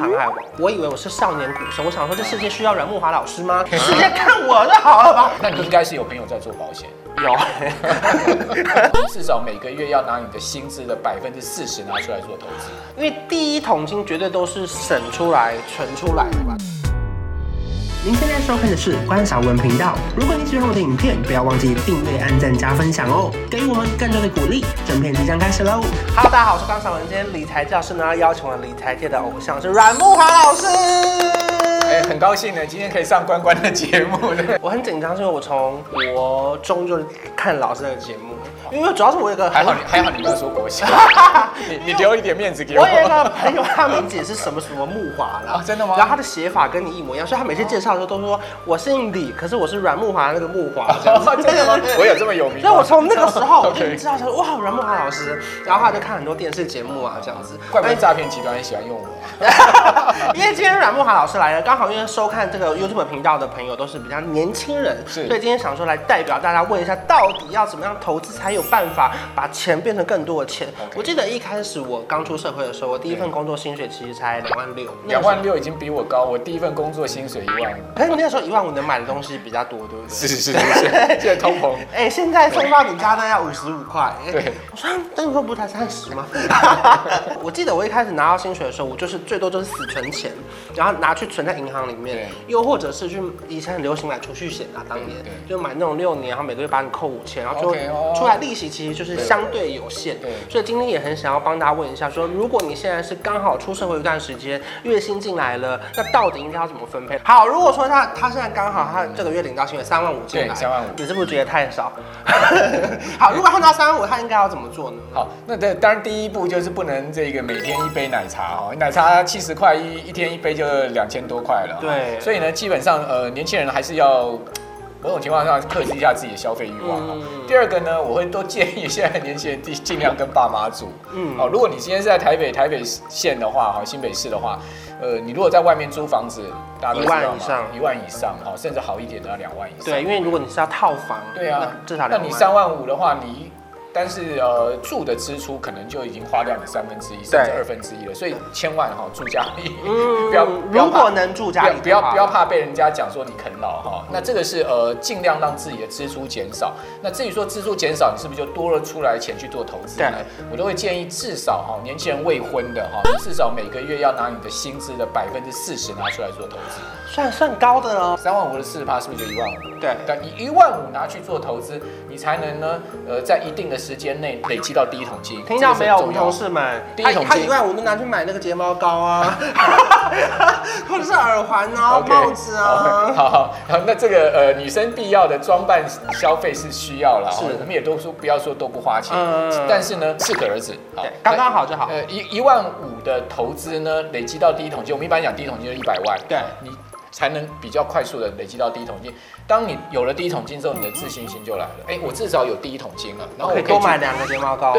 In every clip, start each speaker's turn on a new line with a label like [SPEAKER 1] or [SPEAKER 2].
[SPEAKER 1] 涵爱我。我以为我是少年鼓手，我想说这世界需要阮木华老师 吗？直接看我就好了吧。
[SPEAKER 2] 那你应该是有朋友在做 保险，
[SPEAKER 1] 有，
[SPEAKER 2] 至少每个月要拿你的薪资的百分之四十拿出来做投资。
[SPEAKER 1] 因为第一桶金绝对都是省出来、存出来的嘛。您现在收看的是关少文频道。如果你喜欢我的影片，不要忘记订阅、按赞、加分享哦，给予我们更多的鼓励。整片即将开始喽！Hello，大家好，我是关少文。今天理财教室呢，邀请了理财界的偶像是阮木华老师。
[SPEAKER 2] 哎、很高兴呢，今天可以上关关的节 目呢。
[SPEAKER 1] 我很紧张，是因为我从国中就看老师的节目，因为主要是我有一个
[SPEAKER 2] 还
[SPEAKER 1] 很
[SPEAKER 2] 好你还好你没有说国 小，你你留一点面子给我。
[SPEAKER 1] 我 有一个朋友，他名字也是什么什么木华啦、
[SPEAKER 2] 啊真的吗
[SPEAKER 1] 然后他的写法跟你一模一样，所以他每次介绍的时候都说我姓李，可是我是阮木华那个木华。这 样
[SPEAKER 2] 哦真 的吗？我有这么有名吗？
[SPEAKER 1] 所以我从那个时候我就
[SPEAKER 2] OK
[SPEAKER 1] 知道说哇，阮木华老师，然后他就看很多电视节目啊这样子。哎
[SPEAKER 2] 怪不得诈骗集团很喜欢用我啊。
[SPEAKER 1] 因为今天阮木华老师来了，刚好因为收看这个 YouTube 频道的朋友都是比较年轻人，
[SPEAKER 2] 是
[SPEAKER 1] 所以今天想说来代表大家问一下，到底要怎么样投资才有办法把钱变成更多的钱
[SPEAKER 2] OK 嗯
[SPEAKER 1] 我记得一开始我刚出社会的时候，我第一份工作薪水其实才两万六，那个时候
[SPEAKER 2] 两万六已经比我高，我第一份工作薪水一万五。
[SPEAKER 1] 可是你那时候一万五能买的东西比较多，对不对？
[SPEAKER 2] 是是是是， 现在通膨。
[SPEAKER 1] 哎、现在送到你家都要五十五块。哎
[SPEAKER 2] 对，
[SPEAKER 1] 我说那个不才三十 吗？我记得我一开始拿到薪水的时候，我就是最多就是死存钱，然后拿去存在银行里面
[SPEAKER 2] 对，
[SPEAKER 1] 又或者是去以前很流行买储蓄险啊，当年
[SPEAKER 2] 对对
[SPEAKER 1] 就买那种六年，然后每个月把你扣五千，然后就
[SPEAKER 2] OK，哦
[SPEAKER 1] 出来利息其实就是相对有限。
[SPEAKER 2] 对
[SPEAKER 1] 所以今天也很想要帮大家问一下说如果你现在是刚好出社会一段时间，月薪进来了，那到底应该要怎么分配？好，如果说他他现在刚好他这个月领到薪水三万五进来，
[SPEAKER 2] 对35,000
[SPEAKER 1] 你是不是觉得太 少？好，如果他拿三万五，他应该要怎么做呢？
[SPEAKER 2] 好，那这当然第一步就是不能这个每天一杯奶茶哦，奶茶七十块一一天一杯就两千多块了哦。
[SPEAKER 1] 对
[SPEAKER 2] 所以呢，基本上呃，年轻人还是要。某种情况下，克制一下自己的消费欲望哦。
[SPEAKER 1] 嗯
[SPEAKER 2] 第二个呢，我会都建议现在的年轻人尽尽量跟爸妈住。
[SPEAKER 1] 嗯
[SPEAKER 2] 嗯，哦，如果你今天是在台北台北县的话，哈，新北市的话，呃，你如果在外面租房子，大家都知道
[SPEAKER 1] 一
[SPEAKER 2] 嘛
[SPEAKER 1] 万以上
[SPEAKER 2] 一万以上，哦，甚至好一点的要两万以上。
[SPEAKER 1] 对，因为如果你是要套房，
[SPEAKER 2] 对啊，
[SPEAKER 1] 那至少
[SPEAKER 2] 那
[SPEAKER 1] 两
[SPEAKER 2] 你
[SPEAKER 1] 万。
[SPEAKER 2] 三万五的话，你但是呃住的支出可能就已经花掉你三分之一甚至二分之一了，所以千万哈、住家里，
[SPEAKER 1] 嗯
[SPEAKER 2] 不要不要
[SPEAKER 1] 如果
[SPEAKER 2] 怕。
[SPEAKER 1] 能住
[SPEAKER 2] 不
[SPEAKER 1] 家
[SPEAKER 2] 要
[SPEAKER 1] 里
[SPEAKER 2] 不要
[SPEAKER 1] 的话
[SPEAKER 2] 不要怕被人家讲说你啃老哈、那这个是呃尽量让自己的支出减少。那至于说支出减少，你是不是就多了出来钱去做投资呢
[SPEAKER 1] 对？
[SPEAKER 2] 我都会建议至少哈、年轻人未婚的哈、你至少每个月要拿你的薪资的百分之四十拿出来做投资。
[SPEAKER 1] 算算高的哦。
[SPEAKER 2] 三万五的四十趴是不是就一万五？
[SPEAKER 1] 对
[SPEAKER 2] 但你一万五拿去做投资，你才能呢，呃，在一定的时间内累积到第一桶金。
[SPEAKER 1] 听到没有，我们
[SPEAKER 2] 这个
[SPEAKER 1] 同
[SPEAKER 2] 是很重要的
[SPEAKER 1] 事们，
[SPEAKER 2] 第一
[SPEAKER 1] 他
[SPEAKER 2] 桶金
[SPEAKER 1] 他一万五都拿去买那个睫毛膏 啊，或者是耳环哦、
[SPEAKER 2] OK，
[SPEAKER 1] 帽子
[SPEAKER 2] 好
[SPEAKER 1] 啊。
[SPEAKER 2] 好好，好那这个呃，女生必要的装扮消费是需要了，
[SPEAKER 1] 是
[SPEAKER 2] 哦我们也都说不要说都不花钱
[SPEAKER 1] 嗯，
[SPEAKER 2] 但是呢，适可而止，好
[SPEAKER 1] 对，刚刚好就好
[SPEAKER 2] 呃，一一万五的投资呢，累积到第一桶金，我们一般讲第一桶金就是一百万，
[SPEAKER 1] 对
[SPEAKER 2] 你才能比较快速的累积到第一桶金。当你有了第一桶金之后，你的自信心就来了，哎，我至少有第一桶金了，然
[SPEAKER 1] 哦我
[SPEAKER 2] 后我
[SPEAKER 1] 可以
[SPEAKER 2] 可以
[SPEAKER 1] 多
[SPEAKER 2] 去
[SPEAKER 1] 买两个睫毛膏哦，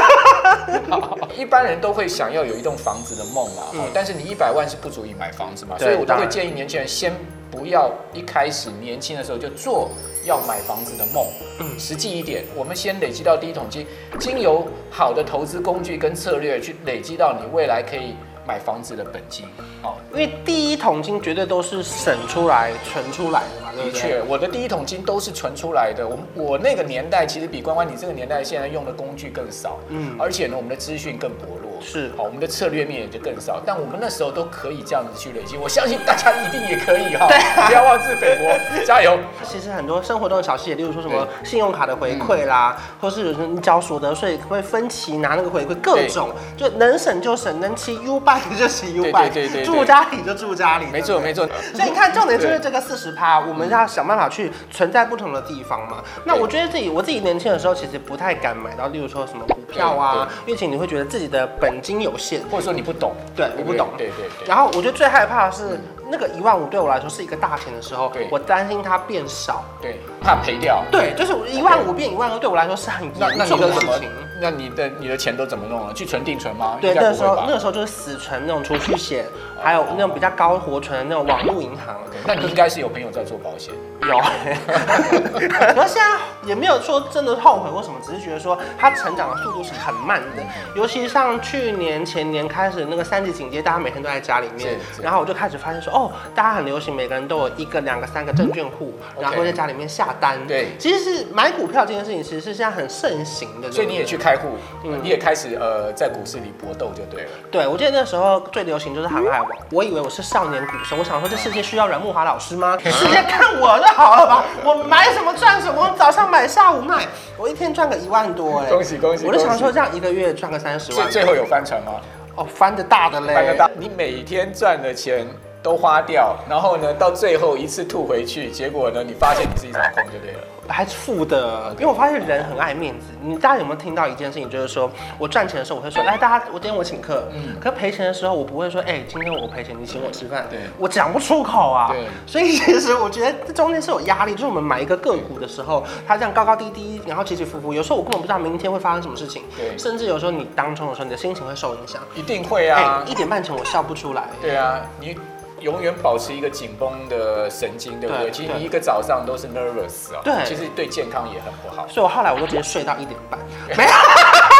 [SPEAKER 2] 一般人都会想要有一栋房子的梦啦，
[SPEAKER 1] 嗯
[SPEAKER 2] 但是你一百万是不足以买房子嘛，
[SPEAKER 1] 对
[SPEAKER 2] 所以我都
[SPEAKER 1] 当
[SPEAKER 2] 会
[SPEAKER 1] 然
[SPEAKER 2] 建议年轻人先不要一开始年轻的时候就做要买房子的梦，
[SPEAKER 1] 嗯
[SPEAKER 2] 实际一点，我们先累积到第一桶金，经由好的投资工具跟策略去累积到你未来可以买房子的本金。哦，
[SPEAKER 1] 因为第一桶金绝对都是省出来、存出来的嘛，对不对？
[SPEAKER 2] 的确，我的第一桶金都是存出来的。我们我那个年代其实比关关你这个年代现在用的工具更少，
[SPEAKER 1] 嗯
[SPEAKER 2] 嗯，而且呢，我们的资讯更薄弱，
[SPEAKER 1] 是
[SPEAKER 2] 好，我们的策略面也就更少。但我们那时候都可以这样子去累积，我相信大家一定也可以哈，不要妄自菲薄，加油！
[SPEAKER 1] 其实很多生活中的小细节，例如说什么信用卡的回馈啦，
[SPEAKER 2] 嗯
[SPEAKER 1] 或是有时候你缴所得税，可不可以分期拿那个回馈？各种就能省就省，能骑 U bike 就骑 U
[SPEAKER 2] 对
[SPEAKER 1] bike，
[SPEAKER 2] 对对对对
[SPEAKER 1] 住家里就住家里。
[SPEAKER 2] 没错没错，
[SPEAKER 1] 所以你看，重点就是这个四十趴，我们要想办法去存在不同的地方嘛。
[SPEAKER 2] 嗯
[SPEAKER 1] 那我觉得自己，我自己年轻的时候其实不太敢买到，例如说什么股票啊，因为其实你会觉得自己的本金有限，
[SPEAKER 2] 或者说你不懂，
[SPEAKER 1] 对，我不懂。
[SPEAKER 2] 对对对。
[SPEAKER 1] 然后我觉得最害怕的是那个一万五对我来说是一个大钱的时候
[SPEAKER 2] 对，
[SPEAKER 1] 我担心它变少。
[SPEAKER 2] 对，怕赔掉。
[SPEAKER 1] 对，就是一万五变一万二，对我来说是很
[SPEAKER 2] 那那
[SPEAKER 1] 严
[SPEAKER 2] 你
[SPEAKER 1] 重
[SPEAKER 2] 都
[SPEAKER 1] 的事
[SPEAKER 2] 怎么
[SPEAKER 1] 情。？
[SPEAKER 2] 那你的你的钱都怎么弄了？去存定存吗？
[SPEAKER 1] 对，
[SPEAKER 2] 应
[SPEAKER 1] 那
[SPEAKER 2] 该
[SPEAKER 1] 个
[SPEAKER 2] 不
[SPEAKER 1] 时
[SPEAKER 2] 会
[SPEAKER 1] 候
[SPEAKER 2] 吧
[SPEAKER 1] 那个时候就是死存那种储蓄险，还有那种比较高活存的那种网络银行。
[SPEAKER 2] 那你应该是有朋友在做保险。
[SPEAKER 1] 有， 然后现在也没有说真的后悔或什么，只是觉得说它成长的速度是很慢的。尤其像去年前年开始那个三级警戒，大家每天都在家里面
[SPEAKER 2] 是，是
[SPEAKER 1] 然后我就开始发现说，哦，大家很流行，每个人都有一个、两个、三个证券户，然后
[SPEAKER 2] OK
[SPEAKER 1] 会在家里面下单。
[SPEAKER 2] 对
[SPEAKER 1] 其实是买股票这件事情，其实是现在很盛行的。
[SPEAKER 2] 所以你也去开户，
[SPEAKER 1] 嗯
[SPEAKER 2] 你也开始呃在股市里搏斗就对了。
[SPEAKER 1] 对，我记得那时候最流行就是航海王，我以为我是少年股神，我想说这世界需要阮木华老师吗？世界看我就好了吧，我买什么赚什么，我早上买下午卖，我一天赚个一万多哎、
[SPEAKER 2] 恭喜恭喜
[SPEAKER 1] 我就想
[SPEAKER 2] 恭
[SPEAKER 1] 说这样一个月赚个三十
[SPEAKER 2] 最
[SPEAKER 1] 万，
[SPEAKER 2] 最后有翻船吗？
[SPEAKER 1] 哦，翻的大的嘞，
[SPEAKER 2] 翻个大，你每天赚的钱都花掉，然后呢到最后一次吐回去，结果呢你发现你是一场空就对了。
[SPEAKER 1] 还是负的，因为我发现人很爱面子。你大家有没有听到一件事情，就是说我赚钱的时候我会说，哎，大家我今天我请客，
[SPEAKER 2] 嗯
[SPEAKER 1] 可赔钱的时候我不会说，哎、今天我赔钱，你请我吃饭，
[SPEAKER 2] 对
[SPEAKER 1] 我讲不出口啊。
[SPEAKER 2] 对
[SPEAKER 1] 所以其实我觉得这中间是有压力，就是我们买一个个股的时候，它这样高高低低，然后起起伏伏，有时候我根本不知道明天会发生什么事情，
[SPEAKER 2] 对
[SPEAKER 1] 甚至有时候你当冲的时候，你的心情会受影响。
[SPEAKER 2] 一定会
[SPEAKER 1] 哎、
[SPEAKER 2] 啊，
[SPEAKER 1] 一点半前我笑不出来，
[SPEAKER 2] 对啊，你永远保持一个紧绷的神经，对不对？
[SPEAKER 1] 对
[SPEAKER 2] 其实
[SPEAKER 1] 对
[SPEAKER 2] 你一个早上都是 nervous 哦，
[SPEAKER 1] 对
[SPEAKER 2] 其实对健康也很不好。
[SPEAKER 1] 所以我后来我就直接睡到一点 半，没有。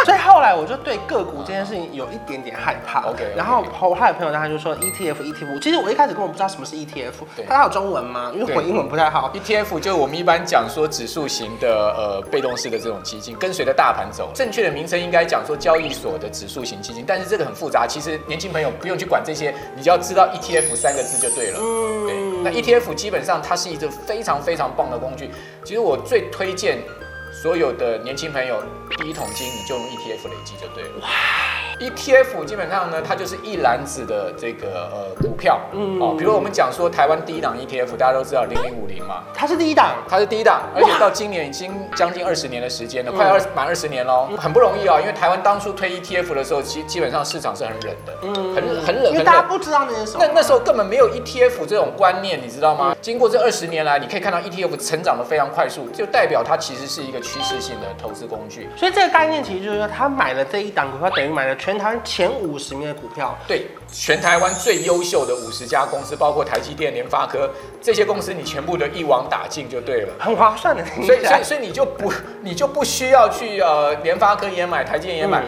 [SPEAKER 1] 所以后来我就对个股这件事情有一点点害怕。
[SPEAKER 2] OK，OK
[SPEAKER 1] 然后我还有朋友他就说 E ETF ETF，其实我一开始根本不知道什么是 E ETF，
[SPEAKER 2] 对
[SPEAKER 1] 它有中文吗？因为我
[SPEAKER 2] 对
[SPEAKER 1] 英文不太好。
[SPEAKER 2] ETF E 就是我们一般讲说指数型的呃被动式的这种基金，跟随着大盘走。正确的名称应该讲说交易所的指数型基金，但是这个很复杂，其实年轻朋友不用去管这些，你只要知道 ETF 三个字就对了。对，那 ETF 基本上它是一个非常非常棒的工具。其实我最推荐所有的年轻朋友，第一桶金你就用 ETF 累积就对了。ETF 基本上呢，它就是一篮子的这个呃股票，嗯，哦，比如我们讲说台湾第一档 ETF，大家都知道零零五零嘛，
[SPEAKER 1] 它是第一档，
[SPEAKER 2] 它是第一档，而且到今年已经将近二十年的时间了，
[SPEAKER 1] 嗯
[SPEAKER 2] 快二满二十年喽，很不容易啊、因为台湾当初推 ETF 的时候，其基本上市场是很冷的，嗯，很很冷，
[SPEAKER 1] 因为
[SPEAKER 2] 很
[SPEAKER 1] 大家
[SPEAKER 2] 冷。
[SPEAKER 1] 不知道那是什么
[SPEAKER 2] 那。那时候根本没有 ETF 这种观念，你知道吗？经过这二十年来，你可以看到 ETF 成长的非常快速，就代表它其实是一个趋势性的投资工具。
[SPEAKER 1] 所以这个概念其实就是说，他买了这一档股票，等于买了全台湾前五十名的股票。
[SPEAKER 2] 对，全台湾最优秀的五十家公司，包括台积电、联发科这些公司，你全部都一网打尽就对了。
[SPEAKER 1] 很划算的， 听起
[SPEAKER 2] 所以，所
[SPEAKER 1] 来
[SPEAKER 2] 以，所以你就不，你就不需要去呃，联发科也买，台积电也买，
[SPEAKER 1] 嗯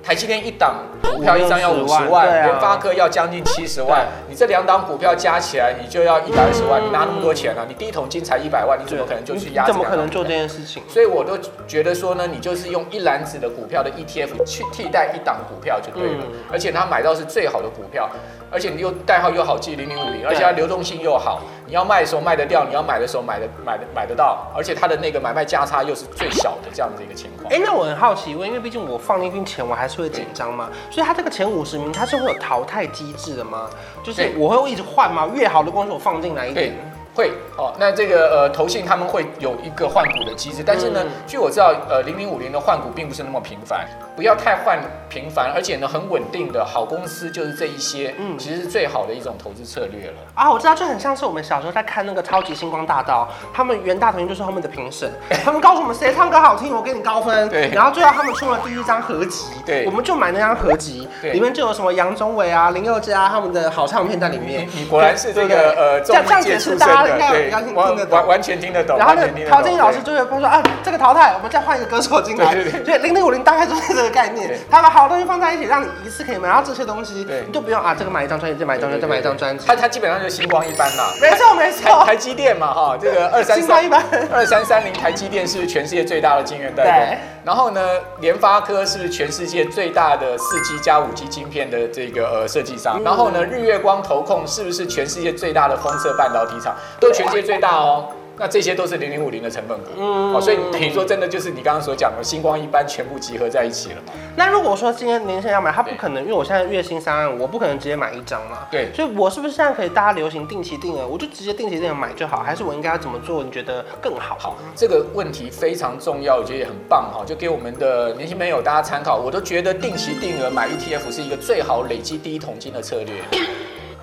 [SPEAKER 2] 台积电一档股票一张要五
[SPEAKER 1] 50
[SPEAKER 2] 十
[SPEAKER 1] 万
[SPEAKER 2] 万，
[SPEAKER 1] 对啊
[SPEAKER 2] 联、发科要将近七十万
[SPEAKER 1] 对，
[SPEAKER 2] 你这两档股票加起来，你就要一百二十万，你拿那么多钱啊？你第一桶金才一百万，你怎么可能就去压？
[SPEAKER 1] 你怎么可能做这？件事情？
[SPEAKER 2] 所以我都觉得说呢，你就是用一篮子的股票的 ETF 去替代一档股票就对了，
[SPEAKER 1] 嗯
[SPEAKER 2] 而且它买到是最好的股票，而且你又代号又好记零零五零，而且它流动性又好，你要卖的时候卖得掉，你要买的时候买得买得买得到，而且它的那个买卖价差又是最小的这样的一个情况。
[SPEAKER 1] 哎、那我很好奇，因为因为毕竟我放进去前，我还是会紧张嘛，所以它这个前五十名，它是会有淘汰机制的吗？就是
[SPEAKER 2] 对
[SPEAKER 1] 我会一直换吗？越好的公司我放进来一
[SPEAKER 2] 对
[SPEAKER 1] 点，，
[SPEAKER 2] 会哦。那这个呃，投信他们会有一个换股的机制，但是呢，
[SPEAKER 1] 嗯
[SPEAKER 2] 据我知道，呃，零零五零的换股并不是那么频繁，不要太换频繁，而且呢，很稳定的好公司就是这一些，嗯，其实是最好的一种投资策略了。
[SPEAKER 1] 啊，我知道，就很像是我们小时候在看那个《超级星光大道》，他们袁大头就是他们的评 审，他们告诉我们谁唱歌好听，我给你高分。
[SPEAKER 2] 对
[SPEAKER 1] 然后最后他们出了第一张合集，
[SPEAKER 2] 对
[SPEAKER 1] 我们就买那张合集，
[SPEAKER 2] 对
[SPEAKER 1] 里面就有什么杨宗纬啊、林宥嘉啊他们的好唱片在里面。
[SPEAKER 2] 你果然是这
[SPEAKER 1] 嗯对
[SPEAKER 2] 个呃，
[SPEAKER 1] 这
[SPEAKER 2] 综
[SPEAKER 1] 样这样
[SPEAKER 2] 艺
[SPEAKER 1] 解
[SPEAKER 2] 界
[SPEAKER 1] 释
[SPEAKER 2] 出身
[SPEAKER 1] 大家应
[SPEAKER 2] 的，
[SPEAKER 1] 该
[SPEAKER 2] 对
[SPEAKER 1] 应该听，得
[SPEAKER 2] 完
[SPEAKER 1] 懂
[SPEAKER 2] 完。完全听得懂。
[SPEAKER 1] 然后
[SPEAKER 2] 完
[SPEAKER 1] 呢
[SPEAKER 2] 全听，得
[SPEAKER 1] 陶
[SPEAKER 2] 懂
[SPEAKER 1] 晶莹老
[SPEAKER 2] 对
[SPEAKER 1] 师就会说啊，这个淘汰，我们再换一个歌手进来。
[SPEAKER 2] 对对
[SPEAKER 1] 所以零零五零大概就是这个概念
[SPEAKER 2] 对，
[SPEAKER 1] 他把好东西放在一起，让你一次可以买到这些东西
[SPEAKER 2] 对，
[SPEAKER 1] 你就不用啊，这个买一张专辑，再买一张专辑，再买一张专辑
[SPEAKER 2] 他。他基本上就星光一般啦。
[SPEAKER 1] 没错没
[SPEAKER 2] 台
[SPEAKER 1] 错，
[SPEAKER 2] 台积电嘛，哈，这个二三
[SPEAKER 1] 星光哦一般
[SPEAKER 2] 二三三零，台积电是全世界最大的晶圆代工
[SPEAKER 1] 对。
[SPEAKER 2] 然后呢，联发科是全世界最大的四 G 加五 G 晶片的这个呃设计
[SPEAKER 1] 嗯
[SPEAKER 2] 商。然后呢，日月光投控是不是全世界最大的封测半导体厂？都全世界最大哦。那这些都是零零五零的成分股，嗯，哦，所以等于说真的就是你刚刚所讲的星光一般全部集合在一起了嘛。
[SPEAKER 1] 那如果说今天年轻人要买，他不
[SPEAKER 2] 对
[SPEAKER 1] 可能，因为我现在月薪三万五，我不可能直接买一张嘛。
[SPEAKER 2] 对
[SPEAKER 1] 所以我是不是现在可以大家流行定期定额，我就直接定期定额买就好？还是我应该要怎么做？你觉得更好？
[SPEAKER 2] 好，这个问题非常重要，我觉得也很棒哈，就给我们的年轻朋友大 E 家参考。我都觉得定期定额买 ETF 是一个最好累积第一桶金的策略。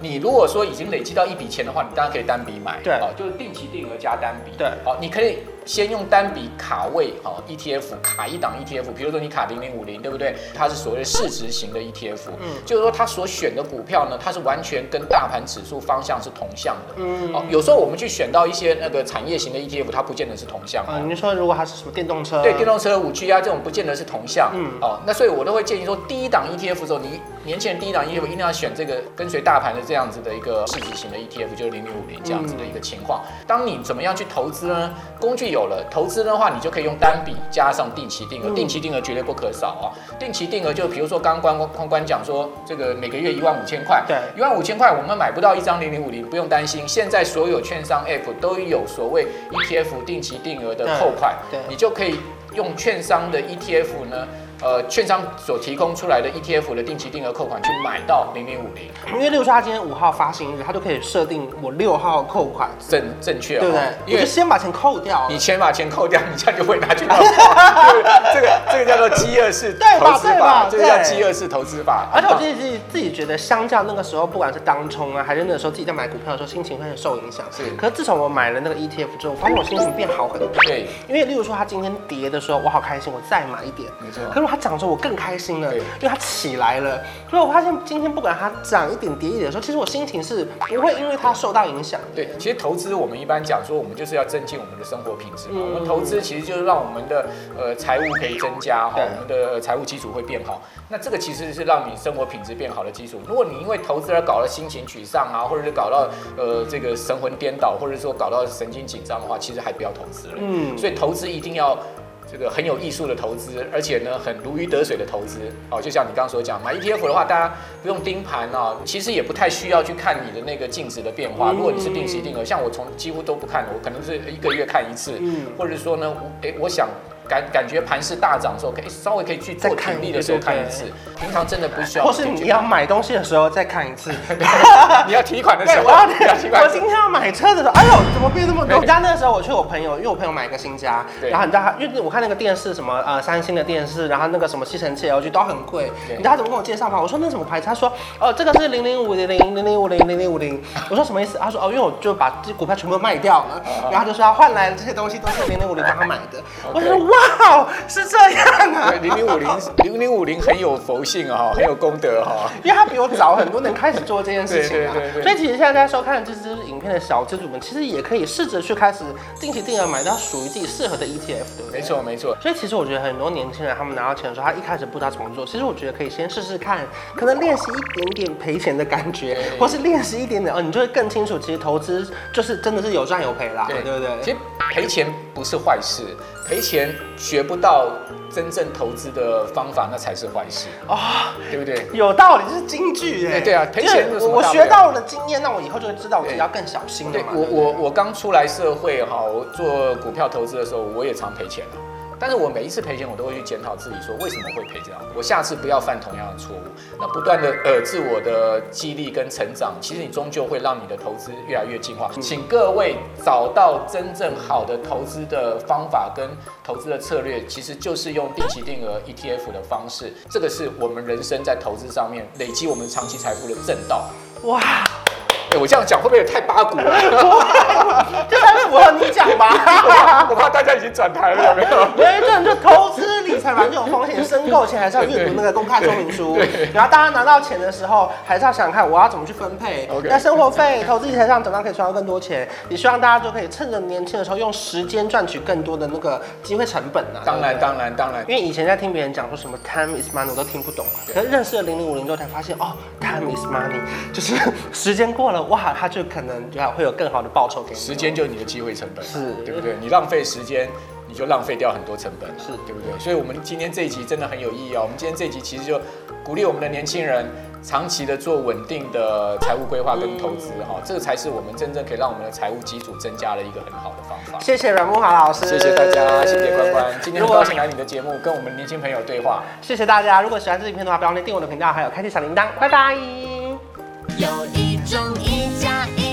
[SPEAKER 2] 你如果说已经累积到一笔钱的话，你当然可以单笔买，
[SPEAKER 1] 对
[SPEAKER 2] 哦，就是定期定额加单笔，
[SPEAKER 1] 对
[SPEAKER 2] 哦，你可以先用单笔卡位哦 ETF 卡一档 ETF，比如说你卡零零五零，对不对？它是所谓市值型的 ETF，
[SPEAKER 1] 嗯
[SPEAKER 2] 就是说它所选的股票呢，它是完全跟大盘指数方向是同向的，
[SPEAKER 1] 嗯
[SPEAKER 2] 哦，有时候我们去选到一些那个产业型的 ETF，它不见得是同向、哦
[SPEAKER 1] 啊，您说如果它是什么电动车？
[SPEAKER 2] 对电动车、五 G 啊这种不见得是同向，
[SPEAKER 1] 嗯
[SPEAKER 2] 哦，那所以我都会建议说，第一档 ETF 的时候，你年前第一档
[SPEAKER 1] 嗯
[SPEAKER 2] ETF 一定要选这个跟随大盘的这样子的一个市值型的 ETF，就是零零五零这样子
[SPEAKER 1] 嗯
[SPEAKER 2] 的一个情况。当你怎么样去投资呢？工具有了，投资的话，你就可以用单笔加上定期定额，
[SPEAKER 1] 嗯
[SPEAKER 2] 定期定额绝对不可少啊、定期定额就比如说刚刚关关关讲说，这个每个月一万五千块，
[SPEAKER 1] 对
[SPEAKER 2] 一万五千块我们买不到一张零零五零，不用担心，现在所有券商 App 都有所谓 ETF 定期定额的扣款，
[SPEAKER 1] 对对
[SPEAKER 2] 你就可以用券商的 ETF 呢，呃，券商所提供出来的 ETF 的定期定额扣款去买到零零五零，
[SPEAKER 1] 因为例如说它今天五号发行日，它就可以设定我六号扣款，
[SPEAKER 2] 正正确、哦，
[SPEAKER 1] 对不对？我
[SPEAKER 2] 因为
[SPEAKER 1] 就先把钱扣掉
[SPEAKER 2] 你先把钱扣掉，你这样就会拿去乱 花。对这个这个叫做饥饿式
[SPEAKER 1] 对吧
[SPEAKER 2] 投资
[SPEAKER 1] 对
[SPEAKER 2] 法
[SPEAKER 1] 吧，
[SPEAKER 2] 这个叫
[SPEAKER 1] 对
[SPEAKER 2] 饥饿式投资法。
[SPEAKER 1] 而且我自己自己自己觉得，相较那个时候，不管是当冲啊，还是那个时候自己在买股票的时候，心情会很受影响。
[SPEAKER 2] 是
[SPEAKER 1] 可是自从我买了那个 ETF 之后，我发现我心情变好很多。
[SPEAKER 2] 对，
[SPEAKER 1] 因为例如说它今天跌的时候，我好开心，我再买一点。
[SPEAKER 2] 没错
[SPEAKER 1] 可是如果它涨的时候，我更开心了，
[SPEAKER 2] 对
[SPEAKER 1] 因为它起来了。所以我发现今天不管它涨一点跌一点的时候，其实我心情是不会因为它受到影响的。
[SPEAKER 2] 对，其实投资我们一般讲说，我们就是要增进我们的生活品
[SPEAKER 1] 嗯
[SPEAKER 2] 质嘛。我们投资其实就是让我们的呃财务可以增加哈，
[SPEAKER 1] 对
[SPEAKER 2] 我们的财务基础会变好。那这个其实是让你生活品质变好的基础。如果你因为投资而搞得心情沮丧啊，或者是搞到呃这个神魂颠倒，或者说搞到神经紧张的话，其实还不要投资了。
[SPEAKER 1] 嗯
[SPEAKER 2] 所以投资一定要。这个很有艺术的投资，而且呢很如鱼得水的投资哦，就像你刚刚所讲，买 ETF 的话，大家不用盯盘哦，其实也不太需要去看你的那个净值的变化。
[SPEAKER 1] 嗯
[SPEAKER 2] 如果你是定期定额，像我从几乎都不看，我可能是一个月看一次，
[SPEAKER 1] 嗯
[SPEAKER 2] 或者说呢，我诶，我想感感觉盘势大涨的时候，可以稍微可以去做
[SPEAKER 1] 再看
[SPEAKER 2] 体力的时候
[SPEAKER 1] 对对
[SPEAKER 2] 看一次，平常真的不需要
[SPEAKER 1] 或
[SPEAKER 2] 去
[SPEAKER 1] 是
[SPEAKER 2] 做决定。
[SPEAKER 1] 你要买东西的时候再看一次。
[SPEAKER 2] 你要提款的时
[SPEAKER 1] 对，
[SPEAKER 2] 候，
[SPEAKER 1] 我要
[SPEAKER 2] 你要提款
[SPEAKER 1] 我
[SPEAKER 2] 的时
[SPEAKER 1] 今
[SPEAKER 2] 候
[SPEAKER 1] 天要买车的时候，哎呦，怎么变那么多？
[SPEAKER 2] 对
[SPEAKER 1] 我家那个时候我去我朋友，因为我朋友买一个新家，
[SPEAKER 2] 对
[SPEAKER 1] 然后你知道他，因为我看那个电视什么呃三星的电视，然后那个什么吸尘器 LG 都很贵，
[SPEAKER 2] 对
[SPEAKER 1] 你知道他怎么跟我介绍吗？我说那什么牌子？他说哦这个是零零五零零零零五零零零五零，我说什么意思？他说哦因为我就把这股票全部都卖掉了，
[SPEAKER 2] 啊
[SPEAKER 1] 然后他就说他换来的这些东西都是零零五零帮他买的，我就说哇哦是这样啊，
[SPEAKER 2] 对零零五零零零五零很有佛性哈、哦，很有功德哈、
[SPEAKER 1] 因为他比我早很多能开始做这件事情啊
[SPEAKER 2] 对对对对，
[SPEAKER 1] 所以其实现在在收看这支影片的小资主们，其实也可以试着去开始定期定额买到属于自己适合的 ETF，对不对？
[SPEAKER 2] 没。错没错，
[SPEAKER 1] 所以其实我觉得很多年轻人他们拿到钱的时候，他一开始不知道怎么做。其实我觉得可以先试试看，可能练习一点点赔钱的感觉，或是练习一点点哦，你就会更清楚，其实投资就是真的是有赚有赔啦，对不
[SPEAKER 2] 其
[SPEAKER 1] 对？
[SPEAKER 2] 实赔钱不是坏事，赔钱学不到真正投资的方法，那才是坏事，
[SPEAKER 1] 哦，
[SPEAKER 2] 对不对？
[SPEAKER 1] 有道理，这是金句哎。
[SPEAKER 2] 对对啊赔钱有什么
[SPEAKER 1] 我我
[SPEAKER 2] 大不
[SPEAKER 1] 学
[SPEAKER 2] 了
[SPEAKER 1] 到了经验，那我以后就会知道我自己要更小心了
[SPEAKER 2] 对
[SPEAKER 1] 嘛。
[SPEAKER 2] 我
[SPEAKER 1] 对不对
[SPEAKER 2] 我我刚出来社会哈，我做股票投资的时候，我也常赔钱啊。但是我每一次赔钱，我都会去检讨自己，说为什么会赔这样？我下次不要犯同样的错误。那不断的呃自我的激励跟成长，其实你终究会让你的投资越来越进
[SPEAKER 1] 嗯
[SPEAKER 2] 化。请各位找到真正好的投资的方法跟投资的策略，其实就是用定期定额 ETF 的方式，这个是我们人生在投资上面累积我们长期财富的正道。
[SPEAKER 1] 哇。
[SPEAKER 2] 哎，我这样讲会不会也太八股了？
[SPEAKER 1] 就算是我你讲 吧。
[SPEAKER 2] 我怕大家已经转台了，有没有？
[SPEAKER 1] 有一阵就投资理财，反正就有风险，申购前还是要阅读那个公开说明书
[SPEAKER 2] 对对，
[SPEAKER 1] 然后大家拿到钱的时候，还是要想想看我要怎么去分配
[SPEAKER 2] OK。
[SPEAKER 1] 那生活费、投资理财上，怎么样可以赚到更多钱？也希望大家就可以趁着年轻的时候，用时间赚取更多的那个机会成本啊。
[SPEAKER 2] 当然，
[SPEAKER 1] 对不对
[SPEAKER 2] 当然，当然。
[SPEAKER 1] 因为以前在听别人讲说什么 time is money，我都听不懂。可是认识了零零五零之后，才发现哦，time is money，就是时间过了，哇，它就可能就会有更好的报酬给你。
[SPEAKER 2] 时间就是你的机会成本，
[SPEAKER 1] 是
[SPEAKER 2] 对不对？你浪费时间，你就浪费掉很多成本，
[SPEAKER 1] 是
[SPEAKER 2] 对不对？所以，我们今天这一集真的很有意义哦。我们今天这一集其实就鼓励我们的年轻人长期的做稳定的财务规划跟投资
[SPEAKER 1] 嗯
[SPEAKER 2] 哈、哦，这个才是我们真正可以让我们的财务基础增加了一个很好的方法。
[SPEAKER 1] 谢谢阮木华老师，
[SPEAKER 2] 谢谢大家，谢谢关关，今天
[SPEAKER 1] 如
[SPEAKER 2] 很
[SPEAKER 1] 果
[SPEAKER 2] 高兴来你的节目，跟我们年轻朋友对话。
[SPEAKER 1] 谢谢大家，如果喜欢这影片的话，不要忘记订我的频道，还有开启小铃铛，拜拜。
[SPEAKER 3] 有一种一加一